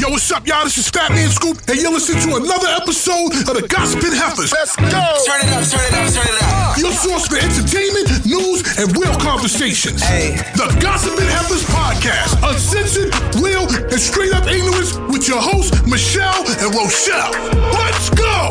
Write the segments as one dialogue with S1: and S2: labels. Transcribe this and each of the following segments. S1: Yo, what's up, y'all? This is Fat Man Scoop, and you're listening to another episode of the Gossiping Heifers. Let's go!
S2: Turn it up, turn it up, turn it up.
S1: Your source for entertainment, news, and real conversations.
S2: Hey.
S1: The Gossiping Heifers Podcast. Uncensored, real, and straight up ignorance with your hosts, Michelle and Rochelle. Let's go!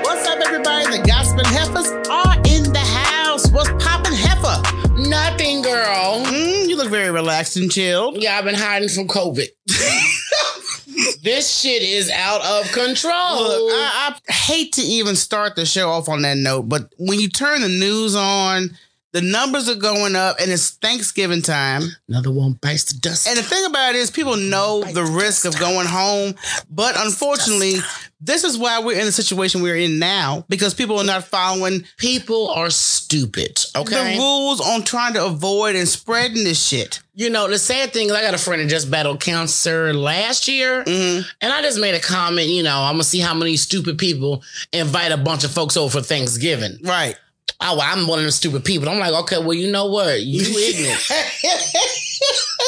S3: What's up, everybody? The Gospel Heifers are in the house. What's poppin', Heifer?
S4: Nothing, girl.
S3: Mm, you look very relaxed and chilled.
S4: Yeah, I've been hiding from COVID. this shit is out of control.
S3: Look, I, I hate to even start the show off on that note, but when you turn the news on, the numbers are going up, and it's Thanksgiving time.
S4: Another one bites the dust.
S3: And the thing about it is, people know the risk of going home, but unfortunately, this is why we're in the situation we're in now because people are not following
S4: people are stupid. Okay.
S3: the rules on trying to avoid and spreading this shit.
S4: You know, the sad thing is I got a friend that just battled cancer last year.
S3: Mm-hmm.
S4: And I just made a comment, you know, I'm gonna see how many stupid people invite a bunch of folks over for Thanksgiving.
S3: Right.
S4: Oh, well, I'm one of them stupid people. I'm like, okay, well, you know what? You ignorant.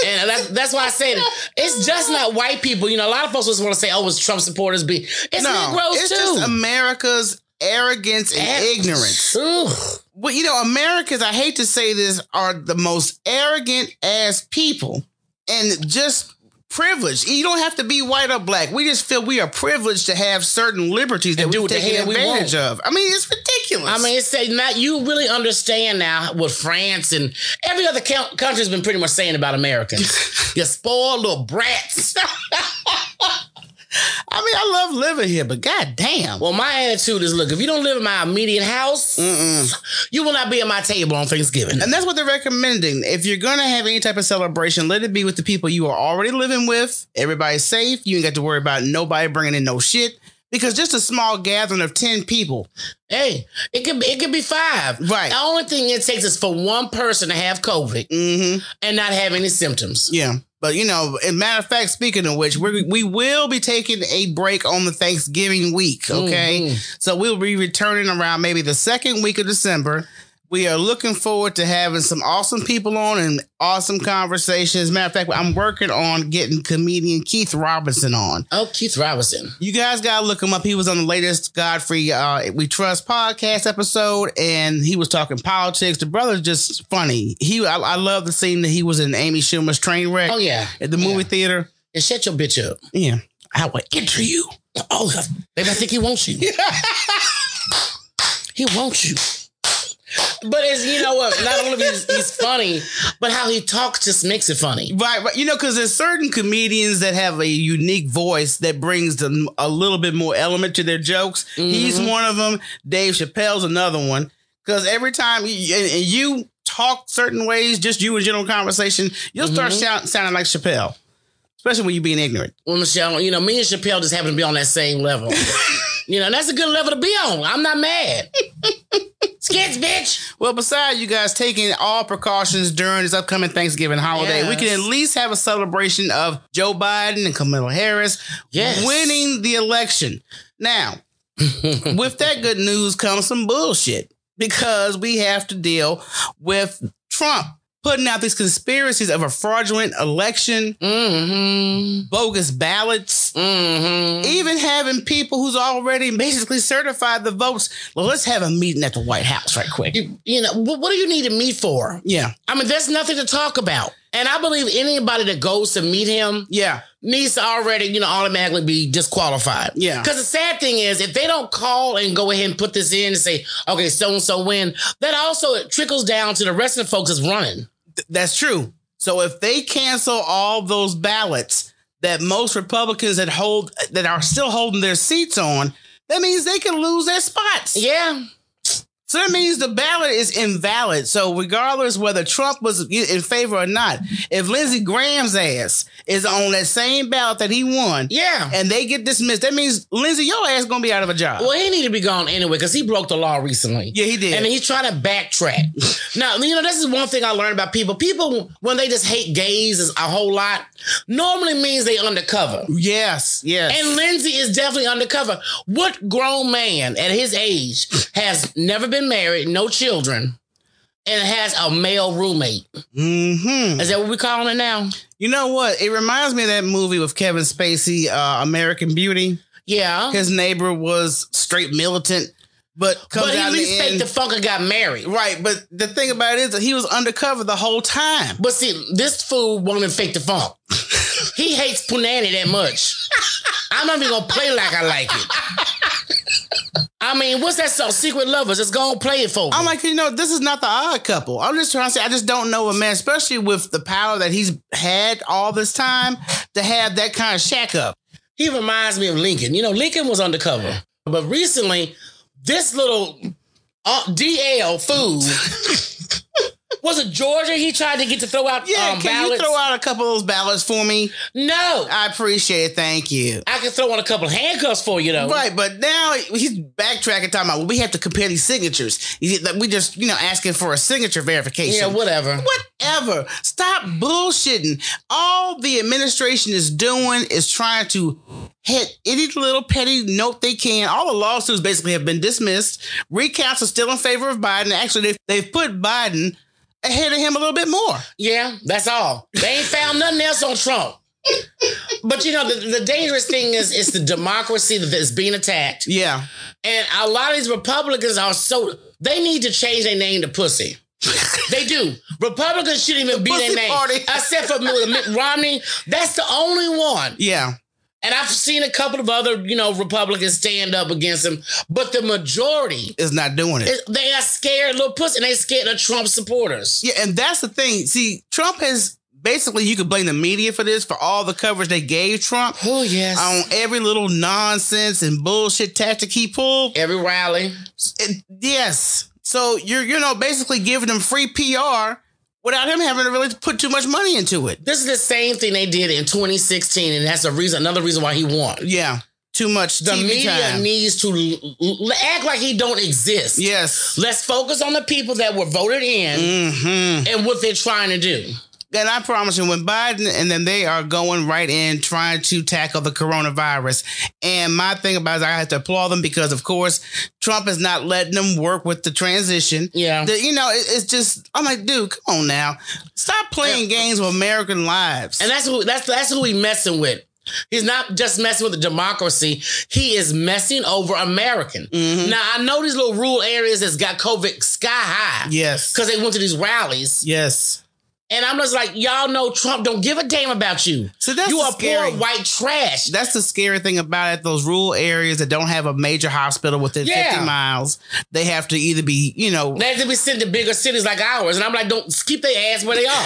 S4: and that's, that's why I said it. it's just not white people. You know, a lot of folks just want to say, oh, it's Trump supporters be. It's Negroes
S3: it's
S4: too.
S3: just America's arrogance and
S4: Ab-
S3: ignorance.
S4: Ugh.
S3: Well, you know, Americans, I hate to say this, are the most arrogant ass people and just privileged. You don't have to be white or black. We just feel we are privileged to have certain liberties that
S4: And do
S3: we're
S4: what the
S3: taking
S4: hell we
S3: advantage
S4: want.
S3: of. I mean, it's ridiculous.
S4: I mean, it's say now you really understand now what France and every other count, country's been pretty much saying about Americans. you spoiled little brats.
S3: I mean, I love living here, but goddamn.
S4: well, my attitude is, look, if you don't live in my immediate house, you will not be at my table on Thanksgiving.
S3: And that's what they're recommending. If you're gonna have any type of celebration, let it be with the people you are already living with. Everybody's safe. You ain't got to worry about nobody bringing in no shit. Because just a small gathering of ten people,
S4: Hey, it could be, it could be five.
S3: Right.
S4: The only thing it takes is for one person to have COVID
S3: Mm-hmm.
S4: and not have any symptoms.
S3: yeah. But you know, as a matter of fact, speaking of which, we we will be taking a break on the Thanksgiving week. Okay, so we'll be returning around maybe the second week of December. We are looking forward to having some awesome people on and awesome conversations. Matter of fact, I'm working on getting comedian Keith Robinson on.
S4: Oh, Keith Robinson.
S3: You guys gotta look him up. He was on the latest Godfrey uh, We Trust podcast episode, and he was talking politics. The brother's just funny. He, I, I love the scene that he was in Amy Schumer's train wreck.
S4: Oh, yeah.
S3: at the movie
S4: Yeah.
S3: theater.
S4: And shut your bitch up.
S3: Yeah,
S4: I will enter you. Oh, baby, I think he wants you. he wants you. But it's you know what? Not only is he's funny, but how he talks just makes it funny.
S3: right, right. You know, because there's certain comedians that have a unique voice that brings them a little bit more element to their jokes. He's one of them. Dave Chappelle's another one. Because every time you, and and you talk certain ways, just you in general conversation, you'll start sound, sounding like Chappelle, especially when you're being ignorant.
S4: Well, Michelle, you know me and Chappelle just happen to be on that same level. you know, and that's a good level to be on. I'm not mad. Skits, bitch.
S3: Well, besides you guys taking all precautions during this upcoming Thanksgiving holiday, we can
S4: Yes.
S3: at least have a celebration of Joe Biden and Kamala Harris
S4: Yes.
S3: winning the election. Now, with that good news comes some bullshit because we have to deal with Trump putting out these conspiracies of a fraudulent election,
S4: Mm-hmm.
S3: bogus ballots,
S4: Mm-hmm.
S3: even having people who's already basically certified the votes. Well, let's have a meeting at the White House right quick.
S4: You, you know, what, what do you need to meet for?
S3: Yeah.
S4: I mean, there's nothing to talk about. And I believe anybody that goes to meet him
S3: Yeah.
S4: needs to already, you know, automatically be disqualified.
S3: Yeah.
S4: Because the sad thing is, if they don't call and go ahead and put this in and say, okay, so and so win, that also trickles down to the rest of the folks that's running.
S3: That's true. So if they cancel all those ballots that most Republicans that hold that are still holding their seats on, that means they can lose their spots.
S4: Yeah.
S3: So that means the ballot is invalid. So regardless whether Trump was in favor or not, if Lindsey Graham's ass is on that same ballot that he won,
S4: Yeah.
S3: and they get dismissed, that means Lindsey, your ass gonna be out of a job.
S4: well, he need to be gone anyway because he broke the law recently.
S3: Yeah, he did.
S4: And he's trying to backtrack. now, you know, this is one thing I learned about people. People, when they just hate gays is a whole lot, normally means they undercover.
S3: yes, yes.
S4: And Lindsay is definitely undercover. What grown man at his age has never been married, no children, and has a male roommate.
S3: Mm-hmm.
S4: Is that what we calling it now?
S3: You know what? It reminds me of that movie with Kevin Spacey, uh, American Beauty.
S4: Yeah.
S3: His neighbor was straight militant, but comes
S4: But he
S3: out
S4: at
S3: in the
S4: least faked
S3: end-
S4: the funk and got married.
S3: right. But the thing about it is that he was undercover the whole time.
S4: But see, this fool won't even fake the funk. he hates Punani that much. I'm not even gonna play like I like it. I mean, what's that song? Secret Lovers. Just go and play it for me.
S3: I'm like, you know, this is not the odd couple. I'm just trying to say, I just don't know a man, especially with the power that he's had all this time, to have that kind of shack up.
S4: he reminds me of Lincoln. You know, Lincoln was undercover, but recently, this little uh, DL fool was it Georgia? He tried to get to throw out
S3: Yeah,
S4: um,
S3: can
S4: ballots.
S3: you throw out a couple of those ballots for me?
S4: no, I,
S3: I appreciate it. Thank you.
S4: can throw on a couple handcuffs for you though.
S3: Right, but now he's backtracking, talking about well, we have to compare these signatures. You see, that We just, you know, asking for a signature verification.
S4: Yeah, whatever.
S3: Whatever. Stop bullshitting. All the administration is doing is trying to hit any little petty note they can. All the lawsuits basically have been dismissed. Recounts are still in favor of Biden. Actually, they've, they've put Biden ahead of him a little bit more.
S4: Yeah, that's all. They ain't found nothing else on Trump. but you know, the, the dangerous thing is it's the democracy that is being attacked.
S3: Yeah.
S4: And a lot of these Republicans are so they need to change their name to pussy. they do. Republicans shouldn't even be their
S3: Pussy
S4: name.
S3: Party.
S4: Except for Mitt Mitt Romney. That's the only one.
S3: Yeah.
S4: And I've seen a couple of other, you know, Republicans stand up against him, but the majority
S3: Is not doing it.
S4: is- they are scared little pussy and they scared of Trump supporters.
S3: Yeah, and that's the thing. See, Trump has basically you could blame the media for this for all the coverage they gave Trump
S4: Oh yes.
S3: on every little nonsense and bullshit tactic he pulled.
S4: Every rally.
S3: It- yes. So you're you know basically giving him free PR without him having to really put too much money into it.
S4: This is the same thing they did in 2016, and that's a reason, another reason why he won.
S3: Yeah. Too much
S4: The
S3: TV
S4: media
S3: time.
S4: needs to l- l- act like he don't exist.
S3: yes.
S4: Let's focus on the people that were voted in and what they're trying to do.
S3: Mm-hmm. And I promise you, when Biden and then they are going right in trying to tackle the coronavirus. And my thing about it is I have to applaud them because, of course, Trump is not letting them work with the transition.
S4: Yeah.
S3: The- you know, it- it's just, I'm like, dude, come on now. Stop playing games with American lives.
S4: And that's who that's that's who he messing with. He's not just messing with the democracy. He is messing over American.
S3: Mm-hmm.
S4: Now I know these little rural areas that's got COVID sky high.
S3: yes.
S4: Because they went to these rallies.
S3: Yes.
S4: And I'm just like, y'all know Trump don't give a damn about you.
S3: So that's
S4: you
S3: the
S4: are
S3: scary-
S4: poor white trash.
S3: That's the scary thing about it. Those rural areas that don't have a major hospital within
S4: Yeah.
S3: 50 miles, they have to either be, you know,
S4: They have to be sent to bigger cities like ours. And I'm like, don't keep their ass where they are.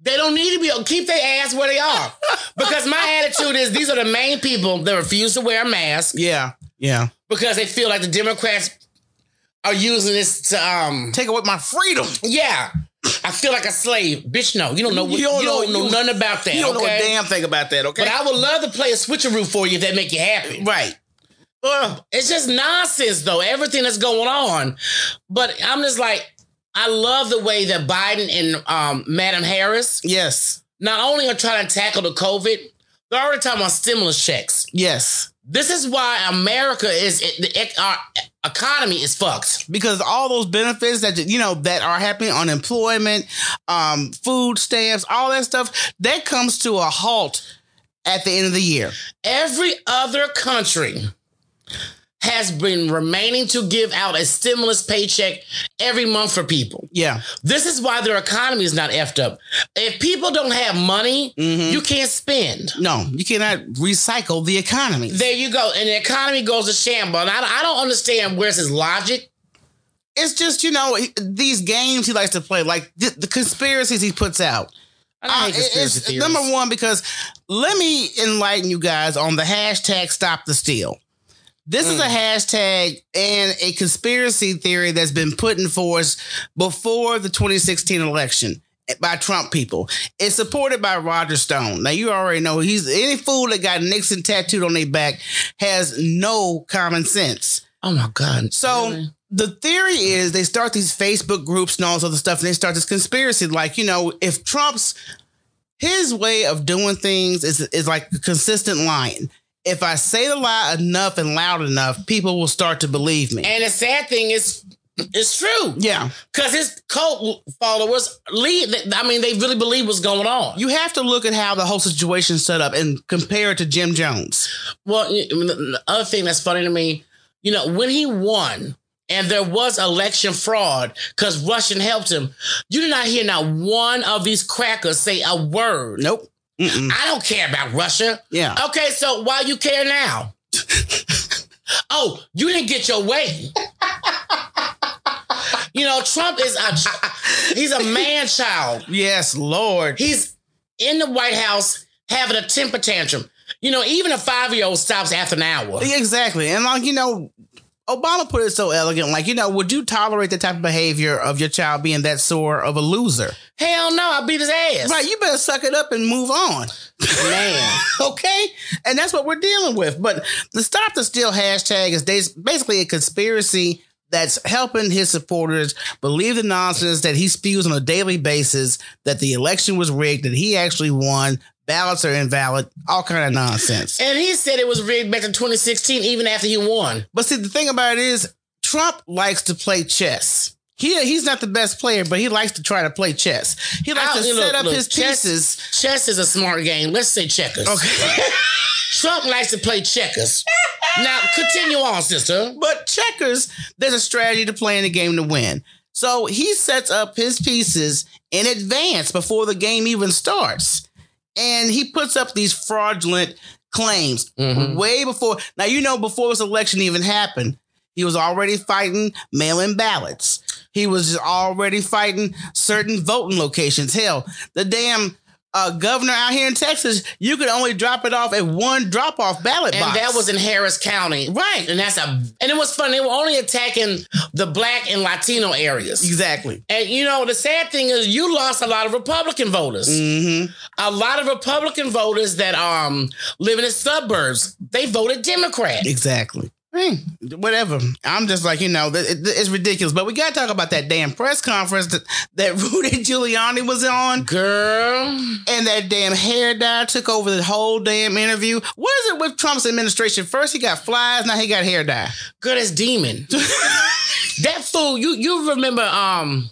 S4: they don't need to be keep their ass where they are. Because my attitude is these are the main people that refuse to wear a mask
S3: yeah, yeah.
S4: because they feel like the Democrats are using this to um
S3: Take away my freedom.
S4: yeah. I feel like a slave. Bitch, no. You don't know what, you don't, know,
S3: you-
S4: nothing about that.
S3: You don't know a
S4: okay?
S3: damn thing about that, okay?
S4: But I would love to play a switcheroo for you if that make you happy.
S3: Right.
S4: It's just nonsense, though, everything that's going on. But I'm just like, I love the way that Biden and um, Madam Harris
S3: Yes.
S4: not only are trying to tackle the COVID, they're already talking about stimulus checks.
S3: Yes.
S4: This is why America is, the, ec- our economy is fucked.
S3: Because all those benefits that you know that are happening, unemployment, um, food stamps, all that stuff, that comes to a halt at the end of the year.
S4: Every other country has been remaining to give out a stimulus paycheck every month for people.
S3: Yeah.
S4: This is why their economy is not effed up. If people don't have money, you can't spend.
S3: No, you cannot recycle the economy.
S4: There you go. And the economy goes to shamble. And I, I don't understand where's his logic.
S3: It's just you know these games he likes to play, like the, the conspiracies he puts out.
S4: I don't
S3: Uh,
S4: hate
S3: it-
S4: conspiracy
S3: it's-
S4: theories.
S3: number one, because let me enlighten you guys on the hashtag stop the steal. This
S4: Mm.
S3: is a hashtag and a conspiracy theory that's been put in force before the 2016 election eh, by Trump people. It's supported by Roger Stone. Now you already know he's any fool that got Nixon tattooed on their back has no common sense.
S4: Oh my God.
S3: So
S4: Really?
S3: the theory is they start these Facebook groups and all this other stuff, and they start this conspiracy. Like, you know, if Trump's his way of doing things is is like a consistent lying. If I say the lie enough and loud enough, people will start to believe me.
S4: And the sad thing is, It's true.
S3: Yeah.
S4: Because his cult followers lead. I mean, they really believe what's going on.
S3: You have to look at how the whole situation's set up and compare it to Jim Jones.
S4: Well, y- y- the other thing that's funny to me, you know, when he won and there was election fraud because Russian helped him, you did not hear not one of these crackers say a word.
S3: Nope. Mm-mm.
S4: I don't care about Russia.
S3: Yeah.
S4: Okay, so why you care now? oh, you didn't get your way. you know, Trump is a chi- he's a man child.
S3: Yes, Lord.
S4: He's in the White House having a temper tantrum. You know, even a five year old stops after an hour.
S3: Exactly. And like, you know, Obama put it so elegant, like, you know, would you tolerate the type of behavior of your child being that sore of a loser?
S4: Hell no, I beat his ass.
S3: Right, you better suck it up and move on.
S4: man.
S3: Okay? And that's what we're dealing with. But the stop the steal hashtag is bas- basically a conspiracy that's helping his supporters believe the nonsense that he spews on a daily basis that the election was rigged, that he actually won, ballots are invalid, all kind of nonsense.
S4: And he said it was rigged back in 2016, even after he won.
S3: But see, the thing about it is, Trump likes to play chess. He, he's not the best player, but he likes to try to play chess. He likes
S4: I'll-
S3: to
S4: look,
S3: set up
S4: look,
S3: his
S4: chess-
S3: pieces.
S4: Chess is a smart game. Let's say checkers.
S3: Okay.
S4: Trump likes to play checkers. now, continue on, sister.
S3: but checkers, there's a strategy to play in the game to win. So he sets up his pieces in advance before the game even starts. And he puts up these fraudulent claims
S4: Mm-hmm.
S3: way before. Now, you know, before this election even happened, he was already fighting mail in ballots. He was just already fighting certain voting locations. Hell, the damn uh, governor out here in Texas, you could only drop it off at one drop off ballot
S4: And
S3: box.
S4: that was in Harris County.
S3: Right.
S4: And that's a and it was fun. They were only attacking the black and Latino areas.
S3: exactly.
S4: And you know, the sad thing is you lost a lot of Republican voters.
S3: Mm hmm.
S4: A lot of Republican voters that um live in the suburbs, they voted Democrat.
S3: Exactly. Hey, Hmm, whatever. I'm just like, you know, th- it- it's ridiculous. But we got to talk about that damn press conference that, that Rudy Giuliani was on
S4: Girl.
S3: and that damn hair dye took over the whole damn interview. What is it with Trump's administration? First he got flies, now he got hair dye.
S4: Good as demon. that fool, you you remember um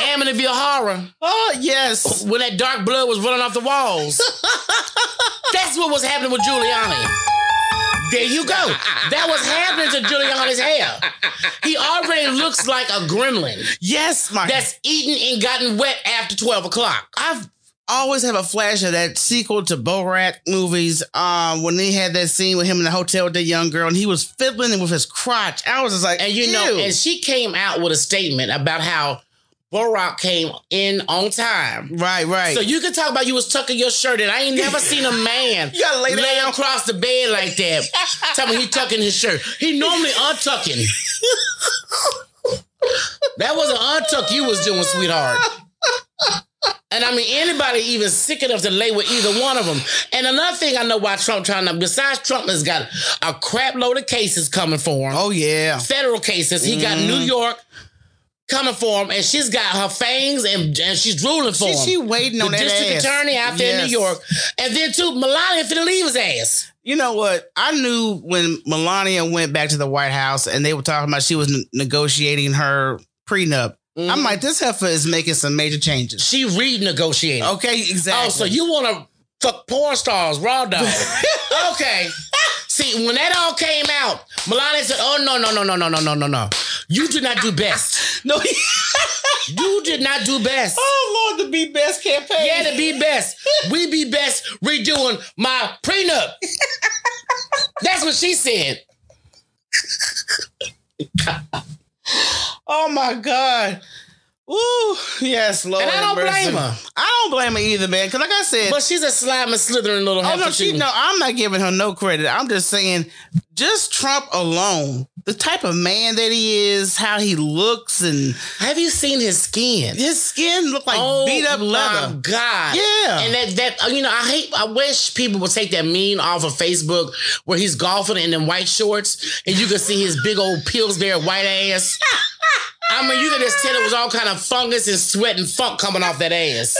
S4: Amityville Horror
S3: Oh, yes.
S4: when that dark blood was running off the walls. That's what was happening with Giuliani. There you go. That was happening to Giuliani's hair. He already looks like a gremlin
S3: Yes, my
S4: that's eaten and gotten wet after 12 o'clock.
S3: I've always have a flash of that sequel to Borat movies. Um, when they had that scene with him in the hotel with the young girl and he was fiddling with his crotch. I was just like,
S4: And you know,
S3: ew.
S4: and she came out with a statement about how Barack came in on time.
S3: right, right.
S4: So you can talk about you was tucking your shirt in. I ain't never seen a man
S3: You gotta lay down.
S4: across the bed like that. Tell me he tucking his shirt. He normally untucking. that was an untuck you was doing, sweetheart. And I mean, anybody even sick enough to lay with either one of them. And another thing I know why Trump trying to, besides Trump has got a crap load of cases coming for him
S3: oh yeah.
S4: federal cases. He got
S3: Mm-hmm.
S4: New York coming for him, and she's got her fangs and, and she's drooling for
S3: She,
S4: him.
S3: she waiting
S4: the
S3: on that
S4: district
S3: ass.
S4: attorney out there in
S3: Yes.
S4: New York, and then too Melania finna leave his ass.
S3: You know what? I knew when Melania went back to the White House and they were talking about she was ne- negotiating her prenup.
S4: Mm-hmm.
S3: I'm like, this heifer is making some major changes.
S4: She renegotiated.
S3: Okay, exactly.
S4: Oh, so you want to fuck porn stars, raw dog? okay. See, when that all came out, Melania said, "Oh no, no, no, no, no, no, no, no, no! You did not do best.
S3: no?
S4: You did not do best."
S3: oh Lord, the be best campaign.
S4: Yeah, to be best. We be best redoing my prenup. That's what she said.
S3: Oh my God. Ooh, yes, Lord.
S4: And I don't
S3: have mercy.
S4: blame her.
S3: I don't blame her either, man. Because like I said,
S4: But she's a slime and slithering little
S3: Oh
S4: heifer,
S3: no, she
S4: too.
S3: no, I'm not giving her no credit. I'm just saying, just Trump alone, the type of man that he is, how he looks, and
S4: Have you seen his skin?
S3: his skin look like
S4: Oh,
S3: beat up leather.
S4: My God.
S3: Yeah.
S4: And that that uh, you know, I hate I wish people would take that meme off of Facebook where he's golfing in them white shorts and you can see his big old Pillsbury white ass. I mean, you can just tell it was all kind of fungus and sweat and funk coming off that ass.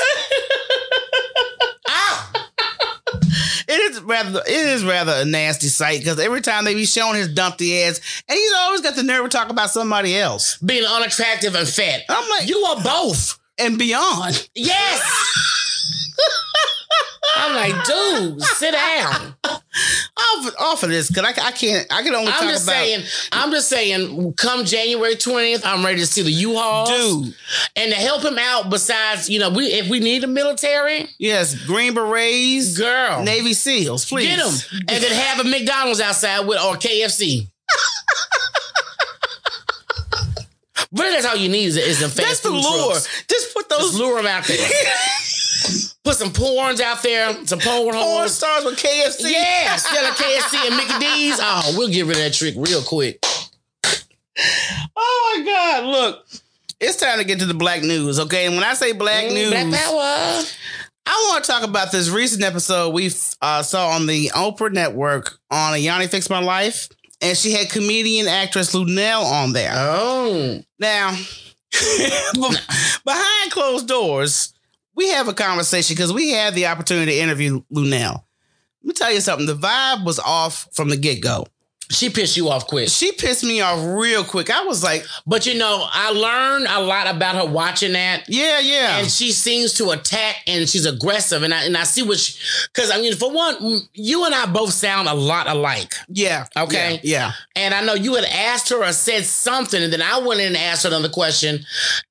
S3: It is is rather it is rather a nasty sight because every time they be showing his dumpty ass, and he's always got the nerve to talk about somebody else
S4: Being unattractive and fat.
S3: I'm like-
S4: you are both.
S3: and beyond.
S4: Yes. I'm like, dude, sit down.
S3: Off, off of this because I, I can't. I can only
S4: I'm
S3: talk
S4: just
S3: about
S4: saying. I'm just saying. Come January 20th, I'm ready to see the U-Haul,
S3: dude.
S4: and to help him out. Besides, you know, we if we need the military,
S3: Yes, Green Berets,
S4: girl,
S3: Navy SEALs. Please
S4: get them, and then have a McDonald's outside with or KFC. really, that's all you need is, is the fast
S3: That's the
S4: food
S3: lure.
S4: trucks.
S3: Just put those
S4: Just lure them out there. Put some porns out there, some porn
S3: porn
S4: holes.
S3: stars with KFC.
S4: Yeah, sell a KFC and Mickey D's. Oh, we'll get rid of that trick real quick.
S3: Oh my God! Look, it's time to get to the black news. Okay, and when I say black news,
S4: Black power.
S3: I want to talk about this recent episode we uh, saw on the Oprah Network on Yanni Fix My Life, and she had comedian actress Lunel on there.
S4: Oh,
S3: Now, be- behind closed doors, we have a conversation because we had the opportunity to interview Lunel. Let me tell you something. The vibe was off from the get go.
S4: she pissed you off quick.
S3: She pissed me off real quick. I was like,
S4: But you know, I learned a lot about her watching that.
S3: yeah, yeah.
S4: And she seems to attack and she's aggressive. And I and I see what she because I mean, for one, you and I both sound a lot alike.
S3: yeah.
S4: Okay.
S3: Yeah.
S4: And I know you had asked her or said something, and then I went in and asked her another question.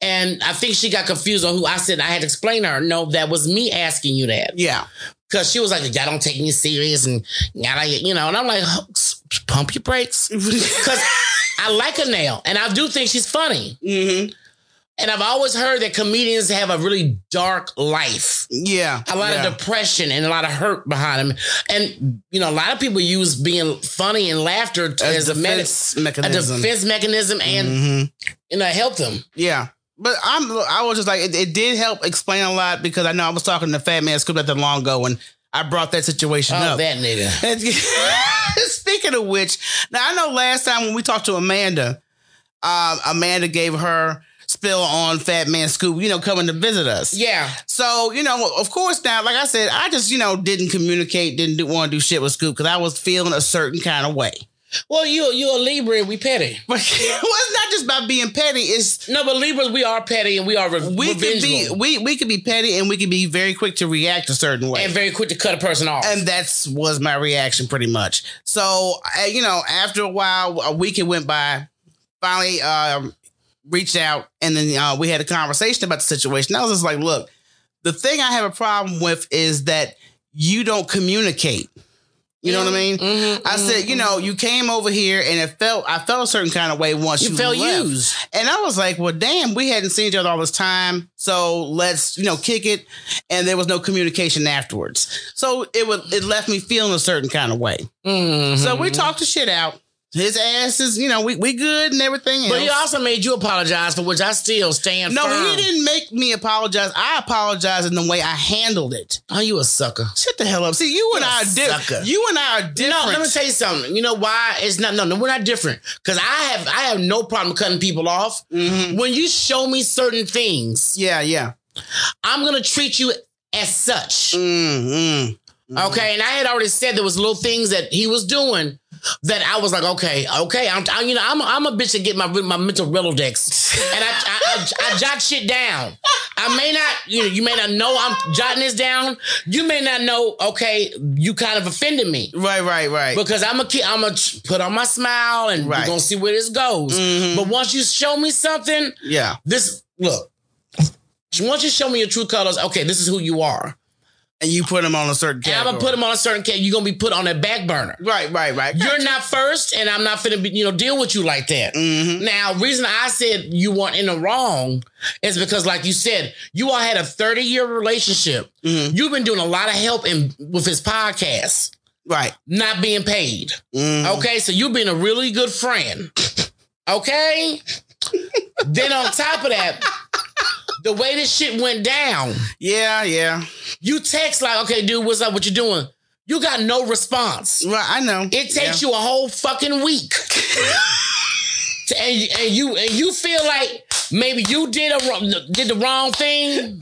S4: And I think she got confused on who I said I had to explain to her. No, that was me asking you that.
S3: Yeah.
S4: Cause she was like, y'all don't take me serious and y'all, don't- you know, and I'm like, "Hucks, pump your
S3: Mm.
S4: brakes.
S3: Mm-hmm.
S4: Cause I like her now and I do think she's funny.
S3: yeah. hmm
S4: And I've always heard that comedians have a really dark life,
S3: Yeah.
S4: a lot
S3: yeah.
S4: of depression and a lot of hurt behind them. And, you know, a lot of people use being funny and laughter t- as,
S3: As
S4: a, medi-
S3: defense
S4: a
S3: mechanism. Mm-hmm.
S4: defense mechanism and, you know, help them.
S3: Yeah. But I'm I was just like it, it did help explain a lot because I know I was talking to Fat Man Scoop not that long ago and I brought that situation
S4: Oh,
S3: up.
S4: that nigga.
S3: And- Speaking of which, now I know last time when we talked to Amanda, um, Amanda gave her spill on Fat Man Scoop, you know, coming to visit us.
S4: Yeah.
S3: So, you know, of course now, like I said, I just, you know, didn't communicate, didn't do, want to do shit with Scoop because I was feeling a certain kind of way.
S4: Well, you, you're a Libra and we petty.
S3: But well, it's not just about being petty, it's
S4: No, but Libras, we are petty and we are re-
S3: we could
S4: revengeful.
S3: be we we could be petty and we could be very quick to react a certain way.
S4: and
S3: And,
S4: very quick to cut a person off.
S3: that's was my reaction pretty much. So uh, you know, after a while, a week it went by. Finally, um, reached out and then uh, we had a conversation about the situation. I was just like, look, the thing I have a problem with is that you don't communicate. You know what I mean?
S4: Mm-hmm.
S3: I said, you know, you came over here and it felt I felt a certain kind of way once you,
S4: you felt
S3: left.
S4: used.
S3: And I was like, well, damn, we hadn't seen each other all this time. So let's, you know, kick it. And there was no communication afterwards. So it was it left me feeling a certain kind of way.
S4: Mm-hmm.
S3: So we talked the shit out. His ass is, you know, we, we good and everything.
S4: But he
S3: else.
S4: also made you apologize, for which I still stand
S3: no,
S4: firm.
S3: he didn't make me apologize. I apologized in the way I handled it.
S4: Oh, you a sucker.
S3: Shut the hell up. See, you and
S4: You're
S3: I
S4: a
S3: are
S4: sucker.
S3: different. You and I are different.
S4: No, let me tell you something. You know why it's not? No, no, we're not different. Because I have, I have no problem cutting people off. When you show me certain things,
S3: yeah, yeah.
S4: I'm gonna treat you as such. Mm-hmm.
S3: Mm, mm.
S4: Okay, and I had already said there was little things that he was doing that I was like, okay, okay, I'm, I, you know, I'm, I'm a bitch to get my my mental Rolodex, and I I, I I jot shit down. I may not, you know, you may not know I'm jotting this down. You may not know, okay, you kind of offended me
S3: Right, right, right.
S4: because I'm a kid. I'm a put on my smile, and we're
S3: Right. Mm-hmm.
S4: gonna see where this goes. But once you show me something,
S3: yeah.
S4: this look. Once you show me your true colors, okay, this is who you are.
S3: And you put him on a certain
S4: And I'm
S3: category.
S4: gonna put them on a certain cat. You're gonna be put on a back burner.
S3: Right, right, right.
S4: You're not first, and I'm not finna be, you know, deal with you like that.
S3: Mm-hmm.
S4: Now, reason I said you weren't in the wrong is because, like you said, you all had a 30 year relationship.
S3: Mm-hmm.
S4: You've been doing a lot of help in with his podcast,
S3: right.
S4: not being paid. Okay, so you've been a really good friend. Okay. then on top of that, the way this shit went down,
S3: Yeah, yeah.
S4: you text like, "Okay, dude, what's up? What you doing?" You got no response.
S3: Right, I know.
S4: It takes you a whole fucking week, To- and, and you and you feel like maybe you did a wrong, did the wrong thing.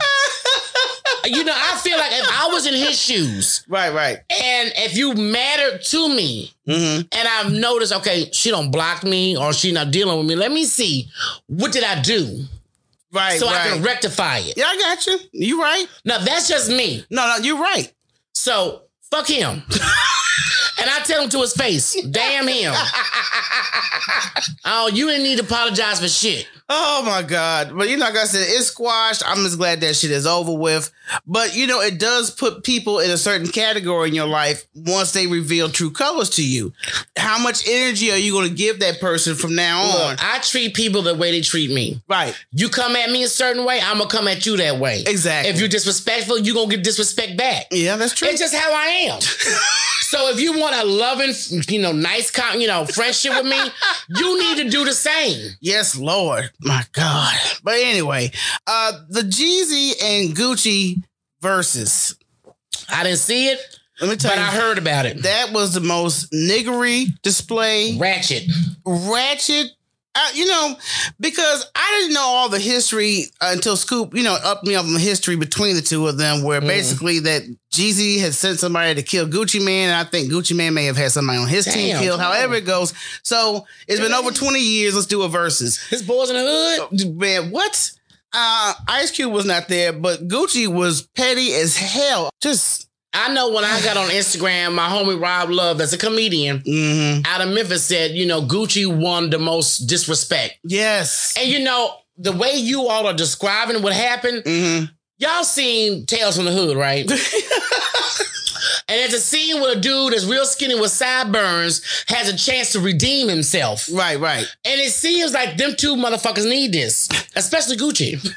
S4: you know, I feel like if I was in his shoes
S3: Right, right.
S4: and if you mattered to me,
S3: Mm-hmm.
S4: and I've noticed, okay, she don't block me or she not dealing with me. Let me see, what did I do
S3: Right,
S4: so I
S3: right.
S4: can rectify it?
S3: yeah, I got you. You right.
S4: Now that's just me.
S3: No, no, you're right.
S4: So fuck him. and I tell him to his face, damn him. oh, you didn't need to apologize for shit.
S3: Oh my God. But you know, like I said, it's squashed. I'm just glad that shit is over with. But you know, it does put people in a certain category in your life once they reveal true colors to you. How much energy are you going to give that person from now on?
S4: Look, I treat people the way they treat me.
S3: right.
S4: You come at me a certain way, I'm gonna come at you that way.
S3: Exactly.
S4: If you're disrespectful, you're gonna get disrespect back.
S3: Yeah, that's true.
S4: It's just how I am. so if you want a loving, you know, nice, con- you know, friendship with me, you need to do the same.
S3: Yes, Lord. My God. But anyway, uh the Jeezy and Gucci versus.
S4: I didn't see it,
S3: Let me tell
S4: but
S3: you.
S4: I heard about it.
S3: that was the most niggery display,
S4: Ratchet.
S3: ratchet. I, you know, because I didn't know all the history until Scoop, you know, upped me up on the history between the two of them, where basically that Jeezy had sent somebody to kill Gucci Man, and I think Gucci Man may have had somebody on his team
S4: Damn,
S3: killed.
S4: come
S3: However
S4: on.
S3: it goes, so it's been over twenty years. Let's do a versus.
S4: His boys in the hood.
S3: man, what? Uh, Ice Cube was not there, but Gucci was petty as hell. Just
S4: I know when I got on Instagram, my homie Rob Love, that's a comedian
S3: mhm.
S4: out of Memphis, said, you know, Gucci won the most disrespect.
S3: yes,
S4: And you know, the way you all are describing what happened,
S3: Mhm.
S4: y'all seen Tales from the Hood, right? and it's a scene where a dude that's real skinny with sideburns has a chance to redeem himself.
S3: right, right.
S4: And it seems like them two motherfuckers need this, especially Gucci.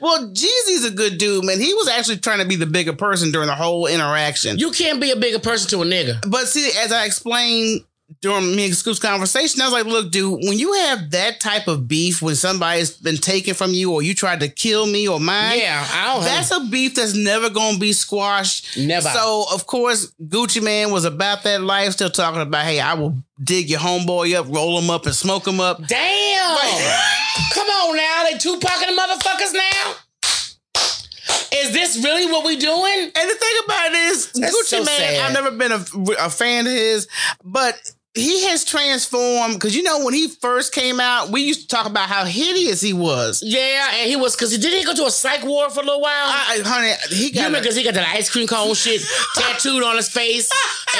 S3: Well, Jeezy's a good dude, man. He was actually trying to be the bigger person during the whole interaction.
S4: You can't be a bigger person to a nigga.
S3: but see, as I explained during me and Scoop's conversation, I was like, look, dude, when you have that type of beef, when somebody's been taken from you or you tried to kill me or mine,
S4: Yeah, I don't
S3: that's
S4: have
S3: a beef that's never gonna be squashed.
S4: Never.
S3: So of course, Gucci Man was about that life, still talking about, hey, I will dig your homeboy up, roll him up, and smoke him up.
S4: Damn! Come on now, they Tupacing the motherfuckers now? Is this really what we doing?
S3: And the thing about it is,
S4: That's
S3: Gucci
S4: so
S3: Man,
S4: sad.
S3: I've never been a, a fan of his, but he has transformed because you know when he first came out, we used to talk about how hideous he was.
S4: Yeah, and he was, cause he didn't he go to a psych ward for a little while?
S3: I, I- honey, he
S4: you
S3: got
S4: remember, cause he got that ice cream cone shit tattooed on his face,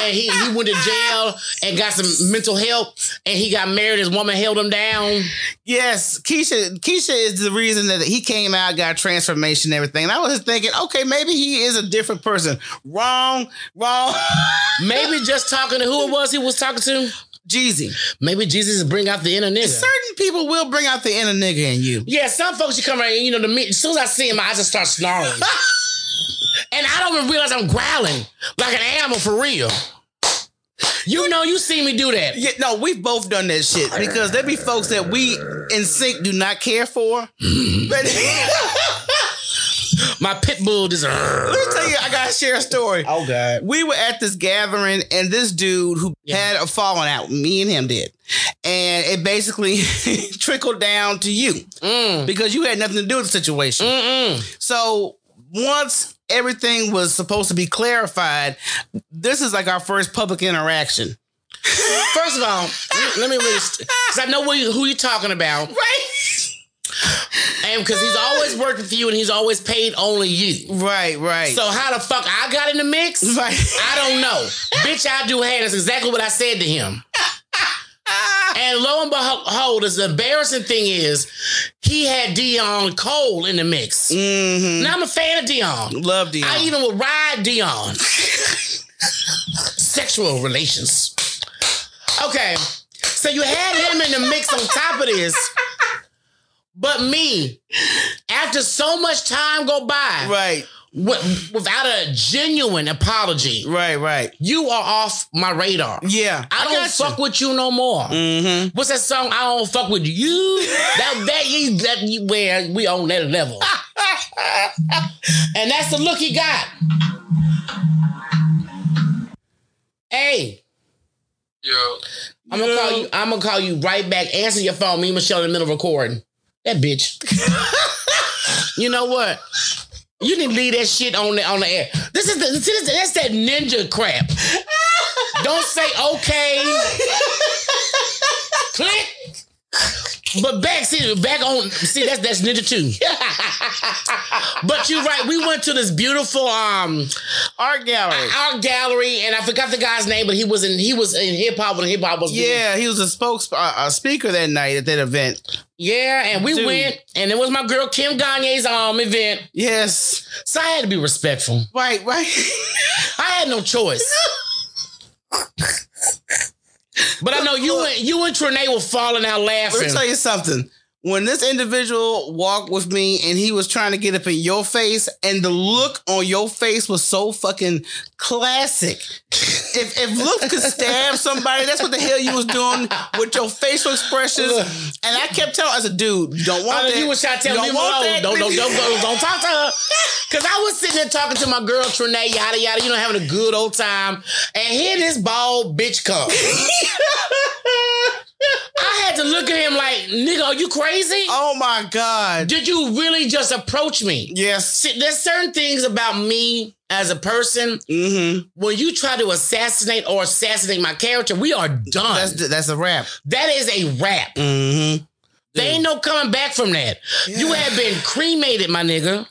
S4: and he, he went to jail and got some mental help, and he got married. His woman held him down.
S3: Yes, Keisha. Keisha is the reason that he came out, got transformation, and everything. And I was just thinking, okay, maybe he is a different person. Wrong, wrong.
S4: Maybe just talking to who it was he was talking to.
S3: Jeezy.
S4: Maybe Jesus bring out the inner nigga.
S3: Certain people will bring out the inner nigga in you.
S4: Yeah, some folks you come right, you know, the me. As soon as I see him, I just start snarling, and I don't even realize I'm growling like an animal for real. You know, you see me do that.
S3: Yeah, no, we've both done that shit because there be folks that we in sync do not care for. But
S4: My pit bull just.
S3: let me tell you, I gotta share a story.
S4: Oh God.
S3: we were at this gathering and this dude who
S4: Yeah.
S3: had a falling out me and him did and it basically trickled down to you because you had nothing to do with the situation so once everything was supposed to be clarified this is like our first public interaction
S4: First of all, let- let me really, because I know who, you, who you're talking about,
S3: right
S4: and because he's always worked with you, and he's always paid only you.
S3: right right
S4: So how the fuck I got in the mix?
S3: right
S4: I don't know. Bitch, I do have. That's exactly what I said to him. And lo and behold, the embarrassing thing is he had Dion Cole in the mix.
S3: Mhm.
S4: Now I'm a fan of Dion.
S3: love Dion.
S4: I even would ride Dion. Sexual relations. Okay. So you had him in the mix on top of this. But me, after so much time go by,
S3: right
S4: wi- without a genuine apology,
S3: right right
S4: you are off my radar.
S3: yeah
S4: I don't fuck with you no more.
S3: mm-hmm.
S4: What's that song? I don't fuck with you. that that you that you where we on that level. and that's the look he got. Hey,
S2: Yo,
S4: I'm gonna call you. I'm gonna call you right back. Answer your phone. Me, and Michelle, in the middle of recording. That bitch. you know what? You need to leave that shit on the on the air. This is the see, this, that's that ninja crap. Don't say okay. Click. But back see back on see that's that's ninja too. but you're right. We went to this beautiful um
S3: Art gallery.
S4: art gallery, and I forgot the guy's name, but he was in he was in hip hop when hip hop was big.
S3: Yeah, he was a spokes uh, a speaker that night at that event.
S4: yeah. And we
S3: Dude.
S4: went, and it was my girl Kim Gagne's um event,
S3: Yes,
S4: so I had to be respectful.
S3: right, right.
S4: I had no choice. but I know you and you and Trinae were falling out
S3: Let
S4: laughing.
S3: me tell you something. When this individual walked with me and he was trying to get up in your face, and the look on your face was so fucking classic. If, if looks could stab somebody, that's what the hell you was doing with your facial expressions. And I kept telling, I said, dude, you don't want
S4: I
S3: that.
S4: mean, you was trying to
S3: You
S4: tell
S3: don't
S4: me,
S3: want
S4: alone.
S3: that.
S4: don't, don't, don't, go, don't talk to her. Because I was sitting there talking to my girl, Trinae, yada, yada, you know, having a good old time. And here this bald bitch come. I had to look at him like, nigga, are you crazy?
S3: Oh my God.
S4: Did you really just approach me?
S3: Yes.
S4: See, there's certain things about me as a person.
S3: Mm-hmm.
S4: When you try to assassinate or assassinate my character, we are done.
S3: That's that's a wrap.
S4: that is a wrap.
S3: Mm-hmm.
S4: There ain't no coming back from that. You have been cremated, my nigga.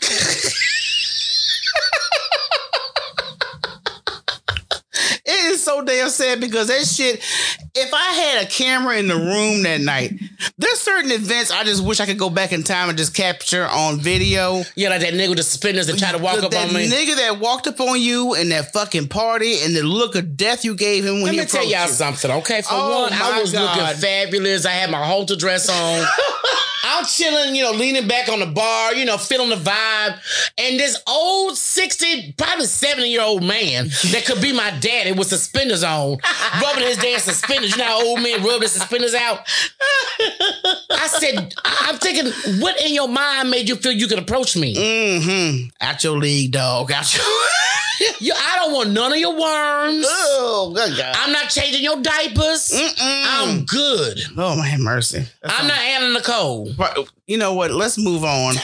S3: It is so damn sad because that shit. If I had a camera in the room that night, there's certain events I just wish I could go back in time and just capture on video.
S4: Yeah, like that nigga with the suspenders that tried to walk
S3: That-
S4: up
S3: that
S4: on me.
S3: nigga that walked up on you and that fucking party and the look of death you gave him
S4: Let
S3: when he
S4: me tell
S3: approached
S4: y'all
S3: you.
S4: something, okay? For
S3: Oh,
S4: one, I
S3: my
S4: was
S3: God.
S4: looking fabulous. I had my halter dress on. I'm chilling, you know, leaning back on the bar, you know, feeling the vibe. And this old 60, probably 70 year old man that could be my daddy with suspenders on, rubbing his damn suspenders. You know how old men rub their suspenders out? I said, I- I'm thinking, what in your mind made you feel you could approach me?
S3: Mm-hmm. Out your league, dog. Out your.
S4: You, I don't want none of your worms.
S3: oh, good God.
S4: I'm not changing your diapers.
S3: Mm.
S4: I'm good.
S3: oh, my mercy.
S4: I'm not Anna Nicole.
S3: But You know what? Let's move on.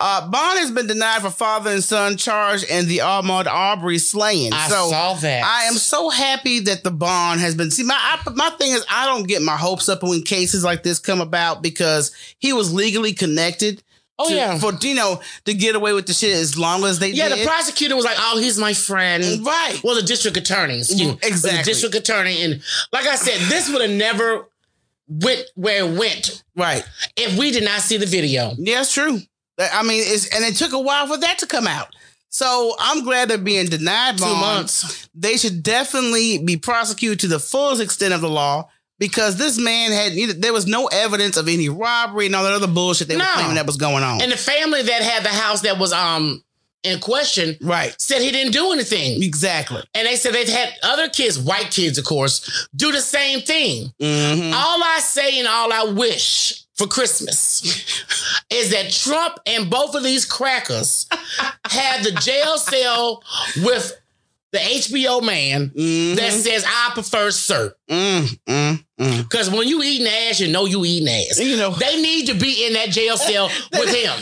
S3: Uh, Bond has been denied for father and son charge and the Ahmaud Aubrey slaying.
S4: I
S3: so
S4: saw that.
S3: I am so happy that the bond has been. See, my I, my thing is, I don't get my hopes up when cases like this come about because he was legally connected.
S4: Oh
S3: to-
S4: yeah.
S3: for you know to get away with the shit as long as they
S4: yeah,
S3: did.
S4: the prosecutor was like, "Oh, he's my friend."
S3: Right.
S4: Well, the district attorney. Excuse me.
S3: Exactly.
S4: The district attorney, and like I said, this would have never went where it went
S3: right.
S4: if we did not see the video.
S3: Yeah, it's true. I I mean, it's and it took a while for that to come out. So I'm glad they're being denied bonds.
S4: months.
S3: They should definitely be prosecuted to the fullest extent of the law because this man had you know, there was no evidence of any robbery and all that other bullshit they
S4: No.
S3: were claiming that was going on.
S4: And the family that had the house that was um in question
S3: right.
S4: said he didn't do anything.
S3: Exactly.
S4: And they said they've had other kids, white kids, of course, do the same thing.
S3: Mm-hmm.
S4: All I say and all I wish for Christmas is that Trump and both of these crackers have the jail cell with the HBO man
S3: Mm-hmm.
S4: that says, I prefer sir.
S3: Mm, mm, mm.
S4: Because when you eating ass, you know you eating ass.
S3: You know.
S4: They need to be in that jail cell with him.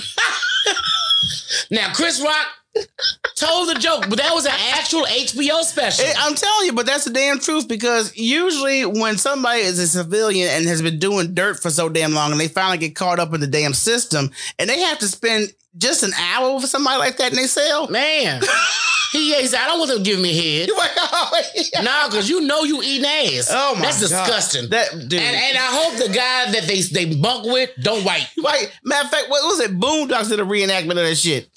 S4: now, Chris Rock told the joke, but that was an actual HBO special.
S3: It- uh, I'm telling you, but that's the damn truth because usually when somebody is a civilian and has been doing dirt for so damn long and they finally get caught up in the damn system and they have to spend just an hour with somebody like that in their cell.
S4: Man. He, yeah, he said, I don't want them giving me head. Nah, because you know you eating ass.
S3: Oh my
S4: That's
S3: God.
S4: disgusting.
S3: That dude.
S4: and, and I hope the guy that they they bunk with don't white.
S3: Right. Matter of fact, what was it? Boondocks did a reenactment of that shit.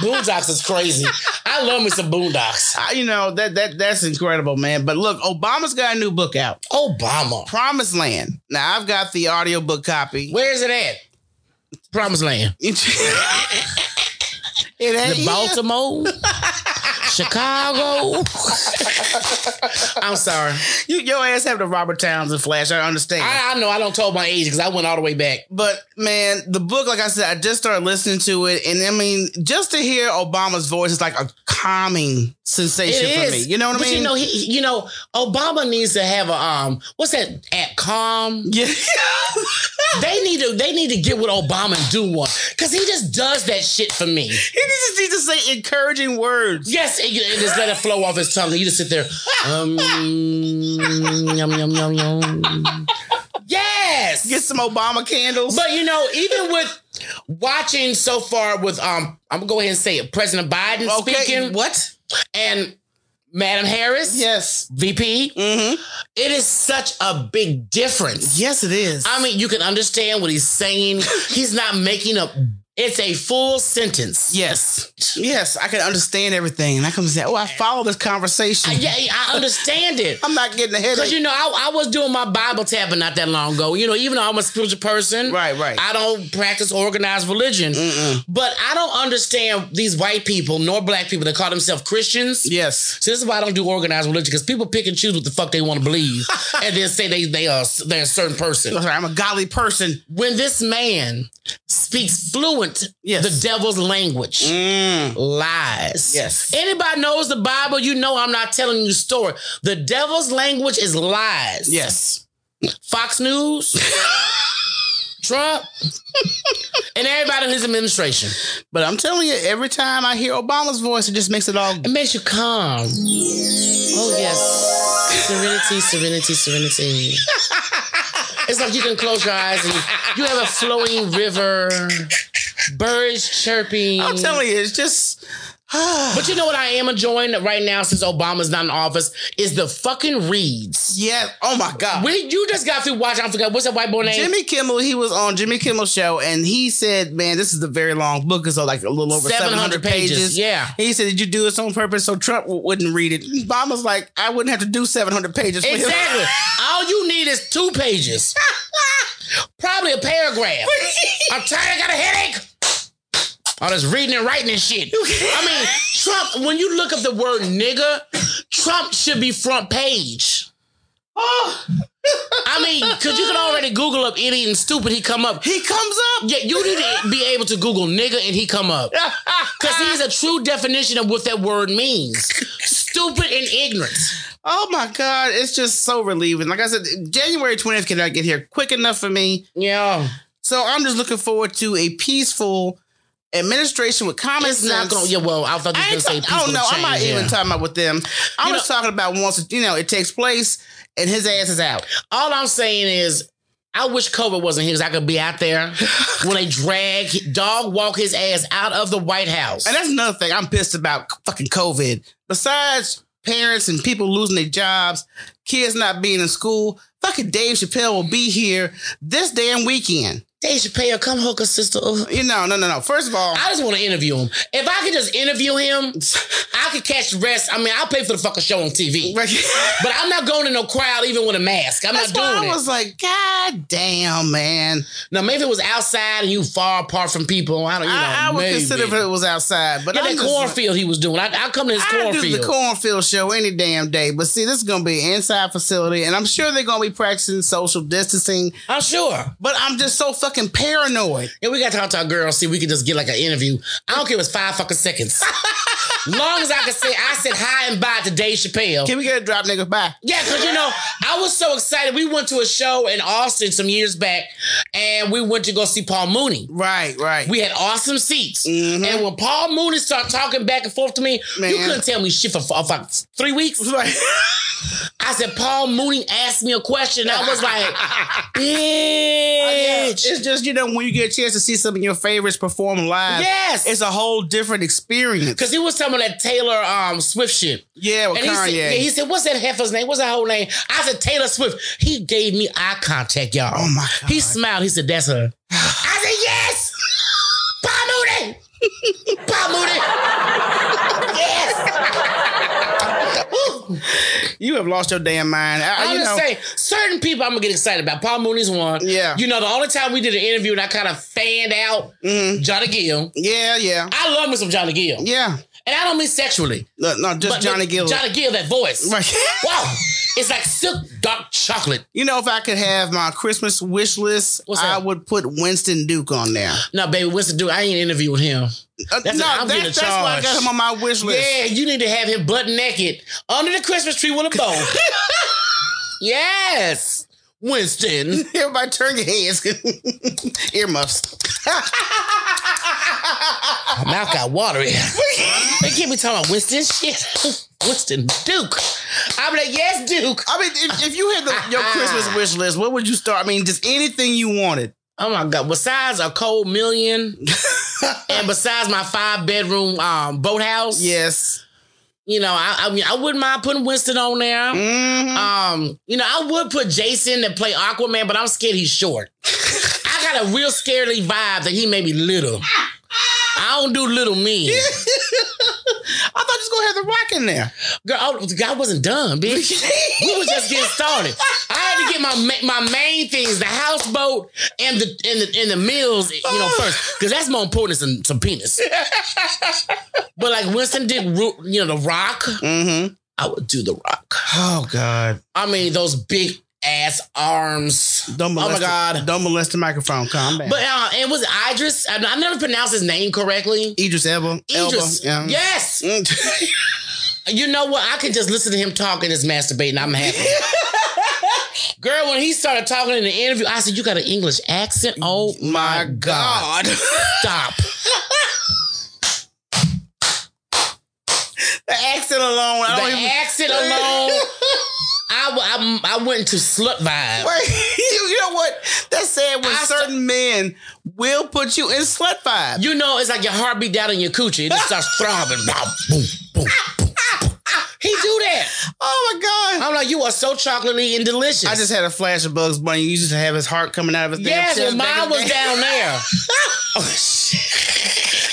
S4: Boondocks is crazy. I love me some boondocks.
S3: I- you know that that that's incredible, man. But look, Obama's got a new book out,
S4: Obama.
S3: Promised Land. Now I've got the audiobook copy.
S4: Where is it at? Promised land.
S3: it ain't
S4: The Baltimore. Chicago. I'm sorry.
S3: You, your ass have the Robert Townsend flash. I understand.
S4: I, I know I don't told my age because I went all the way back.
S3: but man, the book, like I said, I just started listening to it, and I mean, just to hear Obama's voice is like a calming sensation
S4: It
S3: for
S4: is.
S3: me. You know what
S4: but
S3: I mean?
S4: You know, he, he- you know, Obama needs to have a um, what's that app? Calm.
S3: yeah.
S4: They need to. They need to get with Obama and do one because he just does that shit for me.
S3: he just needs to say encouraging words.
S4: Yes, and, you- and just let it flow off his tongue. You just sit there. Um, yum yum yum yum. Yes.
S3: Get some Obama candles.
S4: But you know, even with watching so far with um, I'm gonna go ahead and say it. President Biden
S3: okay.
S4: speaking
S3: What?
S4: and Madam Harris,
S3: Yes.
S4: VP.
S3: Mm-hmm.
S4: It is such a big difference.
S3: Yes, it is.
S4: I mean, you can understand what he's saying. he's not making up. It's a full sentence.
S3: yes. Yes, I can understand everything. And I come and say, oh, I follow this conversation.
S4: Yeah, I understand it.
S3: I'm not getting ahead of
S4: Because you know, I, I was doing my Bible tapping not that long ago. You know, even though I'm a spiritual person,
S3: Right, right.
S4: I don't practice organized religion, but I don't understand these white people nor black people that call themselves Christians.
S3: Yes.
S4: So this is why I don't do organized religion because people pick and choose what the fuck they want to believe, and then say they they are they're a certain person.
S3: That's right. I'm a godly person.
S4: When this man speaks fluent
S3: Yes. Mm.
S4: the devil's language, lies.
S3: Yes.
S4: Anybody knows the Bible, you know I'm not telling you a story. The devil's language is lies.
S3: Yes.
S4: Fox News, Trump, and everybody in his administration.
S3: But I'm telling you, every time I hear Obama's voice, it just makes it all
S4: It makes you calm. Oh yes, serenity, serenity, serenity. It's like you can close your eyes and you have a flowing river, birds chirping.
S3: I'm telling you, it's just
S4: But you know what I am enjoying right now since Obama's not in office is the fucking reads.
S3: yeah. Oh my God.
S4: We you just got through watching. I forgot what's that white boy name.
S3: Jimmy Kimmel, he was on Jimmy Kimmel show, and he said, "Man, this is a very long book. It's like a little over seven
S4: 700
S3: hundred
S4: pages.
S3: pages.
S4: Yeah.
S3: He said, "Did you do this on purpose so Trump w- wouldn't read it?" Obama's like, "I wouldn't have to do seven hundred pages." for him."
S4: Exactly. All you need is two pages. Probably a paragraph. I'm tired, I got a headache. All this reading and writing and shit. I mean, Trump, when you look up the word nigga, Trump should be front page. I mean, because you can already Google up idiot and stupid, he come up.
S3: he comes up.
S4: Yeah, you need to be able to Google nigga and he come up. Because he's a true definition of what that word means. Stupid and ignorant.
S3: Oh my God, it's just so relieving. Like I said, January twentieth cannot get here quick enough for me.
S4: Yeah.
S3: So I'm just looking forward to a peaceful administration with common
S4: It's
S3: sense.
S4: not gonna. Yeah, well, I thought you were
S3: I,
S4: gonna
S3: ain't
S4: say.
S3: talk- I don't know. I'm not even talking about with them. I'm
S4: You
S3: just talking about once it- you know it takes place and his ass is out.
S4: All I'm saying is, I wish COVID wasn't here because I could be out there when they drag dog walk his ass out of the White House.
S3: And that's another thing I'm pissed about fucking COVID. Besides parents and people losing their jobs, kids not being in school, fucking Dave Chappelle will be here this damn weekend.
S4: Dave Chappelle, come hook us, sister. Ugh.
S3: You know, no, no, no. First of all,
S4: I just want to interview him. If I could just interview him, I could catch the rest. I mean, I'll pay for the fucking show on TV. But I'm not going to no crowd even with a mask. I'm
S3: that's
S4: not
S3: why
S4: doing
S3: I
S4: it.
S3: was like, God damn, man.
S4: now, maybe if it was outside and you far apart from people. I don't you know.
S3: I, I would
S4: maybe.
S3: consider if it was outside, but
S4: Yeah,
S3: I'm
S4: that
S3: just-
S4: cornfield he was doing. I, I come to his
S3: I
S4: cornfield.
S3: do the cornfield show any damn day, but see, this is gonna be an inside facility, and I'm sure they're gonna be practicing social distancing.
S4: I'm sure.
S3: But I'm just so fucking paranoid.
S4: Yeah, we gotta talk to our girls, see if we can just get like an interview. I don't care if it's five fucking seconds. Long as I can say I said hi and bye to Dave Chappelle.
S3: Can we get a drop, nigga? Bye.
S4: yeah, because you know, I was so excited. We went to a show in Austin some years back, and we went to go see Paul Mooney.
S3: Right, right.
S4: We had awesome seats. And when Paul Mooney started talking back and forth to me, you
S3: Mm-hmm. Man.
S4: couldn't tell me shit for, for, for three weeks. I said, Paul Mooney asked me a question. I was like, bitch.
S3: It's just you know when you get a chance to see some of your favorites perform live.
S4: Yes.
S3: it's a whole different experience.
S4: Because he was talking about that Taylor um, Swift shit.
S3: Yeah, with
S4: And he
S3: Kanye.
S4: said, yeah, he said, what's that heifer's name? What's that whole name? I said, Taylor Swift. He gave me eye contact, y'all.
S3: Oh, my
S4: He
S3: God.
S4: smiled. He said, that's her. I said, yes! Paul Moody! Paul Moody!
S3: Uh,
S4: yes! Ooh,
S3: you have lost your damn mind. I,
S4: I'm
S3: you
S4: just
S3: know,
S4: saying, certain people I'm gonna get excited about. Paul Mooney's one.
S3: Yeah.
S4: You know, the only time we did an interview and I kind of fanned out Johnny Gill.
S3: yeah, yeah,
S4: I love me some Johnny Gill.
S3: Mm-hmm. yeah.
S4: And I don't mean sexually.
S3: No, no just
S4: but
S3: Johnny Gill.
S4: Johnny Gill, that voice.
S3: Right.
S4: Wow. It's like silk dark chocolate.
S3: You know, if I could have my Christmas wish list,
S4: What's
S3: I
S4: that?
S3: would put Winston Duke on there.
S4: No, baby, what's the dude? I ain't interviewing him.
S3: Uh,
S4: That's-
S3: no,
S4: I'm
S3: that-
S4: getting
S3: that's why I got
S4: charged.
S3: him on my wish list.
S4: Yeah, you need to have him butt naked under the Christmas tree with a bow. yes, Winston.
S3: Everybody turn your heads. Earmuffs.
S4: My mouth got watery. they can't be talking about Winston shit. Winston Duke. I'm like, yes, Duke.
S3: I mean, if, if you had the, your Christmas wish list, what would you start? I mean, just anything you wanted.
S4: Oh my god. Besides a cold million, and besides my five bedroom um, boathouse,
S3: Yes.
S4: you know, I, I mean, I wouldn't mind putting Winston on there.
S3: Mhm.
S4: Um, you know, I would put Jason to play Aquaman, but I'm scared he's short. I got a real scarily vibe that he may be little. I don't do little men.
S3: I thought you was gonna have the rock in there.
S4: Girl, oh, God wasn't done, bitch. we was just getting started. I had to get my ma- my main things, the houseboat and the and the and the meals, you know, first, because that's more important than some, some penis. but like Winston did, Ru- you know, the Rock.
S3: Mm-hmm.
S4: I would do the Rock.
S3: Oh God.
S4: I mean, those big ass arms.
S3: Don't
S4: oh
S3: molest
S4: my
S3: The,
S4: god.
S3: don't molest the microphone. Calm down.
S4: But uh, it was Idris. I, I never pronounced his name correctly.
S3: Idris Elba.
S4: Idris.
S3: Elba.
S4: Yes.
S3: Mm.
S4: You know what? I could just listen to him talking and just masturbate, and I'm happy. Girl, when he started talking in the interview, I said, "You got an English accent? Oh my god! Stop!
S3: the accent alone. I
S4: The
S3: don't even.
S4: accent alone, I, w- I, I went to slut vibe.
S3: Wait, you know what? That said, when
S4: I
S3: certain men will put you in slut vibe.
S4: You know, it's like your heart beat down in your coochie. It just starts throbbing. Bow, boom, boom, boom, boom. He do that.
S3: oh my God.
S4: I'm like, you are so chocolatey and delicious.
S3: I just had a flash of Bugs Bunny. You used to have his heart coming out of his damn
S4: yes,
S3: chest.
S4: when
S3: back
S4: mine
S3: in the
S4: was
S3: day.
S4: down there. oh shit.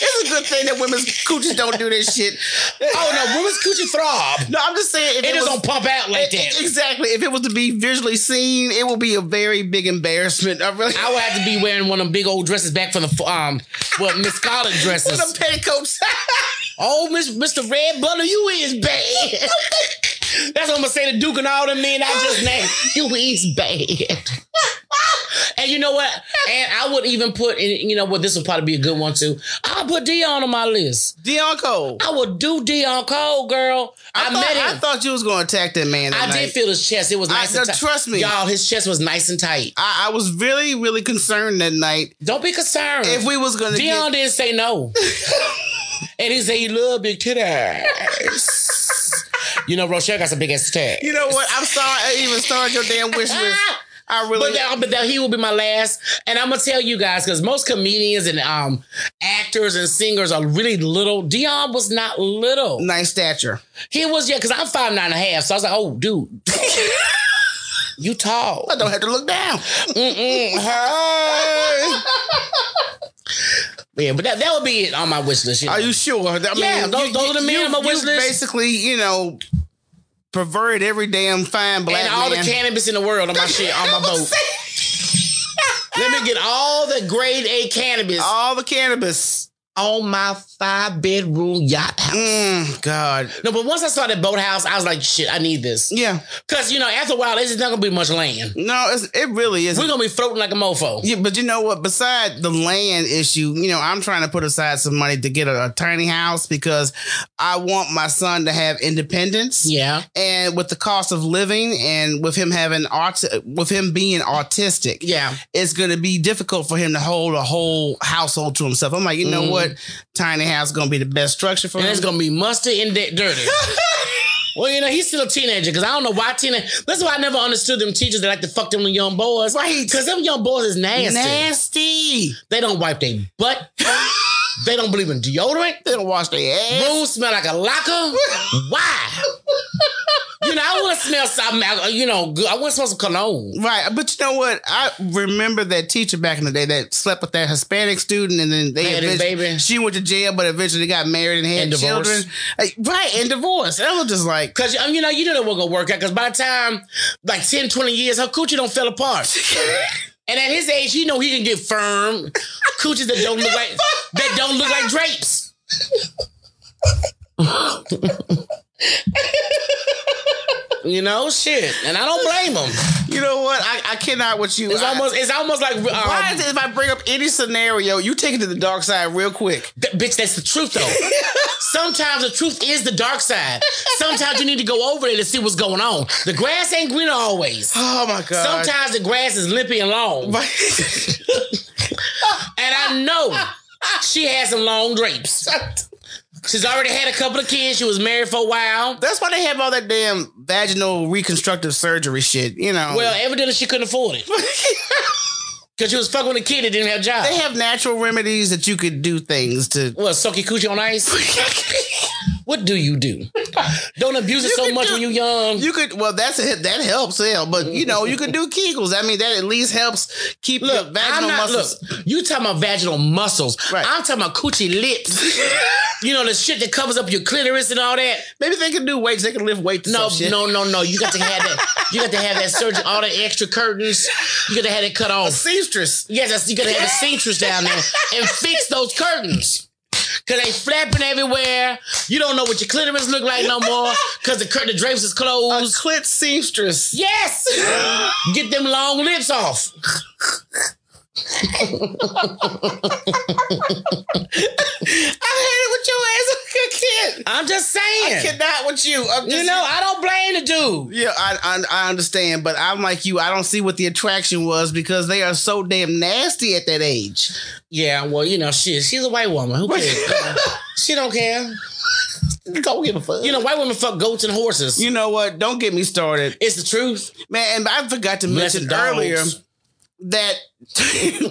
S3: It's a good thing that women's coochies don't do that shit.
S4: Oh no, women's coochie throb.
S3: No, I'm just saying. If
S4: It
S3: was,
S4: just don't pump out like
S3: e-
S4: that.
S3: Exactly. If it was to be visually seen, it would be a very big embarrassment. I really.
S4: I would have to be wearing one of them big old dresses back from the um, well, Miss Scarlet
S3: with them
S4: dresses.
S3: petticoats.
S4: Oh, Miss Mr. Red Butler, you is bad. That's what I'm gonna say to Duke and all the men I just named. You is bad. And you know what? And I would even put in, you know what, this would probably be a good one too. I'll put Dion on my list.
S3: Dion Cole.
S4: I would do Dion Cole, girl. I,
S3: thought-
S4: met him.
S3: I thought you was going to attack that man. That
S4: I
S3: night.
S4: did feel his chest. It was
S3: I-
S4: nice
S3: now,
S4: and tight.
S3: trust me.
S4: Y'all, his chest was nice and tight.
S3: I, I was really, really concerned that night
S4: Don't be concerned.
S3: if we was going to
S4: Dion
S3: get.
S4: didn't say no. and he said he love big titties. you know, Rochelle got some big ass titties.
S3: You know what? I'm sorry I even started your damn wish list.
S4: Ah!
S3: I really.
S4: But that, but that he will be my last, and I'm gonna tell you guys because most comedians and um actors and singers are really little. Dion was not little.
S3: nice stature.
S4: He was yeah, because I'm five nine and a half, so I was like, oh dude, you tall.
S3: I don't have to look down.
S4: Yeah, but that, that would be it on my wish list. You know?
S3: Are you sure? I
S4: Yeah, those-
S3: you-
S4: those are the
S3: you-
S4: men
S3: you-
S4: on my wish
S3: you
S4: list.
S3: Basically, you know, pervert every damn fine black
S4: and all
S3: man.
S4: the cannabis in the world on my shit on my boat. Let me get all the grade A cannabis
S3: all the cannabis.
S4: on my five bedroom yacht house.
S3: Mm, God.
S4: No, but once I saw that boathouse, I was like, shit, I need this.
S3: Yeah.
S4: Cause you know, after a while, it's not gonna be much land.
S3: No, it's, it really is.
S4: We're gonna be floating like a mofo.
S3: Yeah, but you know what? Beside the land issue, you know, I'm trying to put aside some money to get a, a tiny house because I want my son to have independence.
S4: Yeah.
S3: And with the cost of living, and with him having aut, with him being autistic,
S4: Yeah.
S3: it's going to be difficult for him to hold a whole household to himself. I'm like, you know what? Tiny house is going to be the best structure for
S4: Mm-hmm. And
S3: him.
S4: it's gonna be musty and di- dirty. well, you know, he's still a teenager because I don't know why teenage. That's why I never understood them teachers that like to fuck them young boys.
S3: Right.
S4: Because them young boys is nasty.
S3: nasty.
S4: They don't wipe their butt. they don't believe in deodorant.
S3: They don't wash their ass.
S4: Room smell like a locker. Why? you know, I want to smell something. uh, You know, good. I want to smell some cologne.
S3: Right, but you know what? I remember that teacher back in the day that slept with that Hispanic student, and then they
S4: Had his
S3: eventually-
S4: baby.
S3: She went to jail, but eventually got married and had
S4: And divorced.
S3: children. Like, right, and divorced. And I was just like,
S4: Cause um, you know, you know that we're gonna work out. Cause by the time like 10, 20 years, her coochie don't fell apart. and at his age, you know he can get firm coochies that don't look like that don't look like drapes. You know, shit, and I don't blame them.
S3: You know what? I, I cannot with you.
S4: It's
S3: I-
S4: almost, it's almost like, um,
S3: Why is it if I bring up any scenario, you take it to the dark side real quick?
S4: th- bitch, that's the truth though. Sometimes the truth is the dark side. Sometimes you need to go over there to see what's going on. The grass ain't green always.
S3: Oh my god!
S4: Sometimes the grass is limpy and long.
S3: Sometimes,
S4: And I know she has some long drapes. She's already had a couple of kids. She was married for a while.
S3: that's why they have all that damn vaginal reconstructive surgery shit. You know.
S4: Well, evidently she couldn't afford it. Because she was fucking with a kid that didn't have a job.
S3: they have natural remedies that you could do things to.
S4: Well, sucky coochie on ice. what do you do? Don't abuse it
S3: You
S4: so
S3: can
S4: much
S3: do-
S4: when you're young.
S3: You could well, that's it. That helps, hell. But you know, you could do Kegels. I mean, that at least helps keep look, your
S4: I'm
S3: vaginal
S4: not,
S3: muscles.
S4: Look, you talking about vaginal muscles.
S3: Right.
S4: I'm talking about coochie lips. you know, the shit that covers up your clitoris and all that.
S3: Maybe they can do weights. They can lift weights. and
S4: No,
S3: some shit.
S4: no, no, no. You got to have that. You got to have that surgery, all the extra curtains. You got to have it cut off.
S3: seamstress.
S4: Yes, that's, you got to have a seamstress down there and fix those curtains. Cause they flapping everywhere. You don't know what your clitoris look like no more. Cause the curtain, the drapes is
S3: A
S4: closed.
S3: clit seamstress.
S4: Yes! Get them long lips off.
S3: I hate it with your ass. I can't.
S4: I'm just saying.
S3: Cannot with you. I'm just,
S4: you know, I don't blame the dude.
S3: Yeah, I, I I understand, but I'm like you. I don't see what the attraction was because they are so damn nasty at that age.
S4: Yeah, well, you know, shit, she's a white woman. Who cares? she don't care.
S3: Don't give a fuck.
S4: You know, white women fuck goats and horses.
S3: You know what? Don't get me started,
S4: it's the truth.
S3: man. And I forgot to
S4: Less
S3: mention
S4: dogs.
S3: earlier that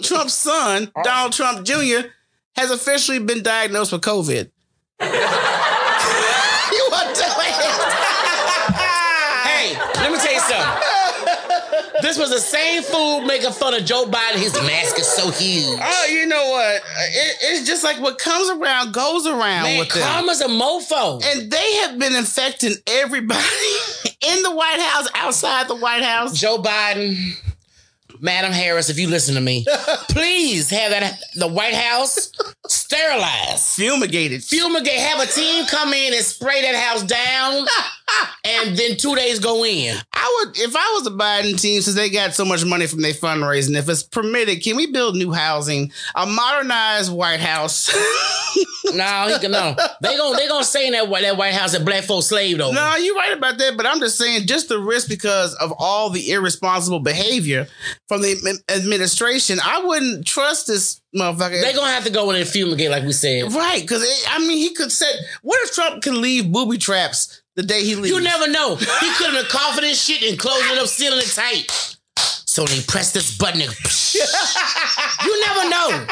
S3: Trump's son, Donald Trump Jr., has officially been diagnosed with COVID. you are doing
S4: Hey, let me tell you something. this was the same fool making fun of Joe Biden. His mask is so huge.
S3: Oh, you know what? It, it's just like what comes around goes around
S4: Man,
S3: with them.
S4: karma's a mofo.
S3: And they have been infecting everybody in the White House, outside the White House.
S4: Joe Biden, Madam Harris, if you listen to me, please have that the White House sterilized.
S3: Fumigated.
S4: Fumigate, have a team come in and spray that house down, and then two days go in.
S3: I would, if I was a Biden team, since they got so much money from their fundraising, if it's permitted, can we build new housing, a modernized White House?
S4: No, he can, no. They gon' they gonna say in that White that White House that black folks slaved over.
S3: no, you're right about that, but I'm just saying, just the risk because of all the irresponsible behavior from the admi- administration, I wouldn't trust this motherfucker.
S4: They gonna have to go in and fumigate like we said.
S3: right? Because I mean, he could set. What if Trump can leave booby traps the day he leaves?
S4: You never know. He could have been coughing this shit and closing it up, sealing it tight. So they press this button. And you never know.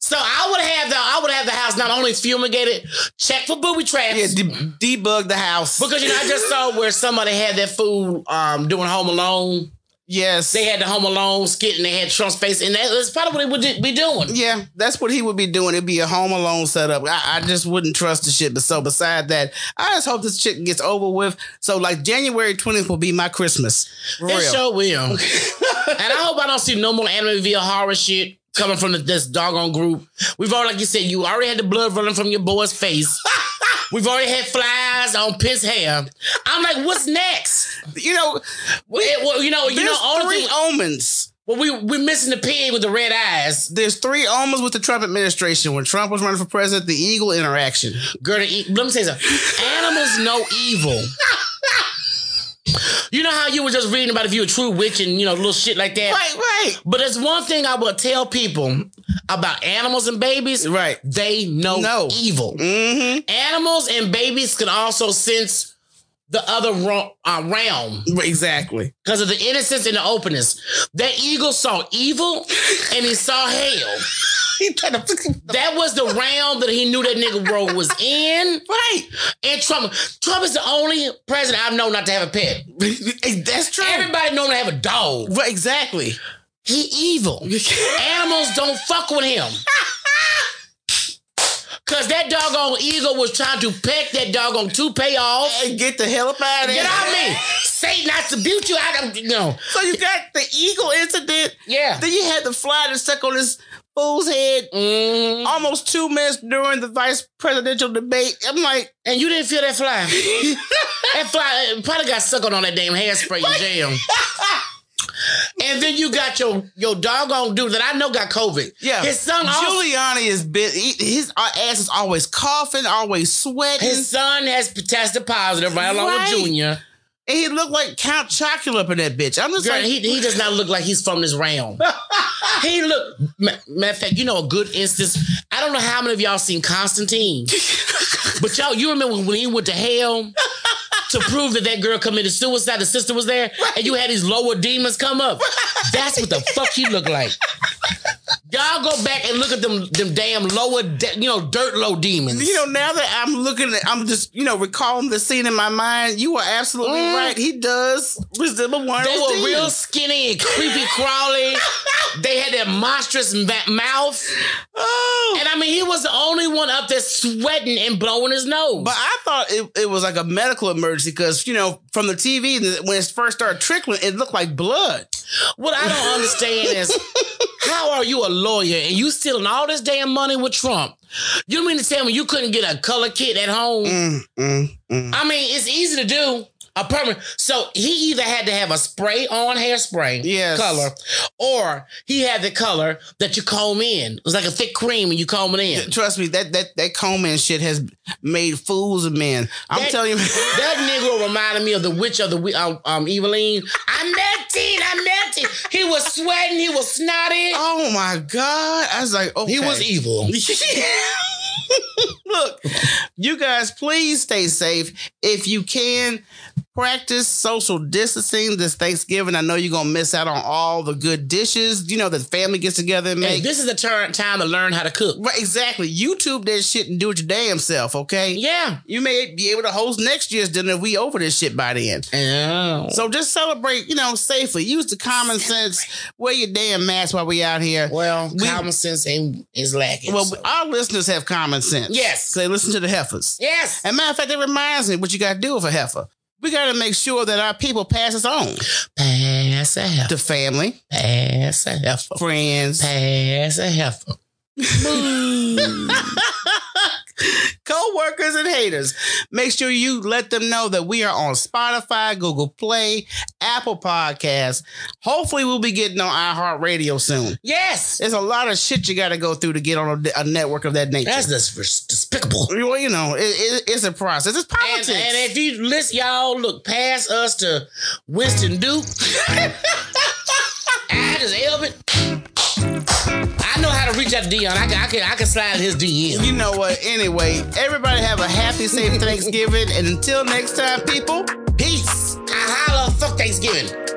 S4: So I would have the I would have the house not only fumigated, check for booby traps.
S3: Yeah, de- debug the house.
S4: because you know, I just saw where somebody had that food um, doing Home Alone.
S3: yes,
S4: They had the Home Alone skit and they had Trump's face, and that, that's probably what they would do- be doing.
S3: yeah, that's what he would be doing. It'd be a home alone setup. I, I just wouldn't trust the shit. But so beside that, I just hope this shit gets over with. So like January twentieth will be my Christmas. For
S4: It
S3: real.
S4: sure will. and I hope I don't see no more anime via horror shit coming from the, this doggone group. We've already, like you said, you already had the blood running from your boy's face. We've already had flies on piss hair. I'm like, what's next?
S3: you know,
S4: Well, it- well, you know, you
S3: there's
S4: know, only
S3: three
S4: thing,
S3: omens.
S4: well, we we're missing the pig with the red eyes.
S3: There's three omens with the Trump administration. When Trump was running for president, the eagle interaction.
S4: Girl, to eat. Let me say something. Animals know evil. You know how you were just reading about if you're a true witch and you know little shit like that.
S3: Right, right,
S4: But there's one thing I will tell people about animals and babies.
S3: right.
S4: They know
S3: No. Mm-hmm.
S4: evil. Animals and babies can also sense the other ro- uh, realm
S3: Exactly.
S4: because of the innocence and the openness. That eagle saw evil and he saw hell.
S3: He tried to-
S4: That was the realm that he knew that nigga world was in.
S3: right.
S4: And Trump, Trump is the only president I've known not to have a pet.
S3: that's true.
S4: Everybody known to have a dog.
S3: Right, exactly.
S4: He evil. Animals don't fuck with him. Cause that doggone eagle was trying to peck that doggone toupee off.
S3: and get the hell up out of
S4: Get
S3: here.
S4: off me! Satan, I tribute you. I don't know.
S3: So you got the eagle incident.
S4: Yeah.
S3: Then you had the fly that stuck on this fool's head
S4: Mm,
S3: almost two minutes during the vice presidential debate. I'm like,
S4: and you didn't feel that fly. That fly it probably got sucking on that damn hairspray and jam. And then you got your your doggone dude that I know got COVID.
S3: Yeah,
S4: his son also,
S3: Giuliani is bit. he- His uh, ass is always coughing, always sweating.
S4: his son has tested positive right along
S3: Right.
S4: with Junior.
S3: and he looked like Count Chocula up in that bitch. I'm just
S4: Girl,
S3: like,
S4: he, he does not look like he's from this realm. he look. ma- Matter of fact, you know a good instance. I don't know how many of y'all seen Constantine, but y'all, you remember when he went to hell to prove that that girl committed suicide. The sister was there, and you had these lower demons come up. That's what the fuck he look like. Y'all go back and look at them them damn lower, de- you know, dirt low demons.
S3: you know, now that I'm looking at, I'm just, you know, recalling the scene in my mind. You are absolutely
S4: Mm.
S3: right. He does resemble one. of
S4: They
S3: those
S4: were
S3: demons.
S4: real skinny and creepy crawly. they had that monstrous ma- mouth.
S3: Oh.
S4: And I mean, he was the only one up there sweating and blowing his nose.
S3: But I thought it, it was like a medical emergency because, you know, from the TV, when it first started trickling, it looked like blood.
S4: what I don't understand is how are you a lawyer and you stealing all this damn money with Trump? You mean to tell me you couldn't get a color kid at home?
S3: Mm,
S4: I mean, it's easy to do. A permanent. So he either had to have a spray on hairspray
S3: Yes.
S4: color, or he had the color that you comb in. It was like a thick cream when you comb it in.
S3: Trust me, that that that comb and shit has made fools of men. I'm
S4: That-
S3: telling you,
S4: That nigga reminded me of the witch of the we- um, um Eveline. I'm melting, I'm melting. He was sweating, he was snotty.
S3: oh my god! I was like, okay.
S4: He was evil.
S3: Look, you guys, please stay safe if you can. Practice social distancing this Thanksgiving. I know you're gonna miss out on all the good dishes. You know that family gets together and
S4: Hey,
S3: make.
S4: this is the turn time to learn how to cook.
S3: right, exactly. YouTube that shit and do it your damn self. Okay.
S4: Yeah.
S3: You may be able to host next year's dinner if we over this shit by then. So just celebrate, you know, safely. Use the common sense. Wear your damn mask while we out here.
S4: Well,
S3: We-
S4: common sense ain't is lacking.
S3: Well, uh,
S4: so.
S3: our listeners have common sense.
S4: Yes.
S3: So they listen to the heifers.
S4: yes.
S3: And matter of fact, that reminds me what you got to do with a heifer. We got to make sure that our people pass us on
S4: Pass a heifer.
S3: to family,
S4: Pass a heifer.
S3: friends,
S4: Pass a heifer.
S3: co-workers, and haters. Make sure you let them know that we are on Spotify, Google Play, Apple Podcasts. Hopefully, we'll be getting on iHeartRadio soon.
S4: Yes.
S3: There's a lot of shit you got to go through to get on a, a network of that nature.
S4: That's just res- despicable.
S3: well, you know, it, it, it's a process. It's
S4: And,
S3: politics.
S4: and if you listen, y'all look past us to Winston Duke. I just help it. I know how to reach out to Dion. I can, I can, I can slide in his DM.
S3: you know what? Anyway, everybody have a happy, safe Thanksgiving. And until next time, people, peace.
S4: I holla, fuck Thanksgiving.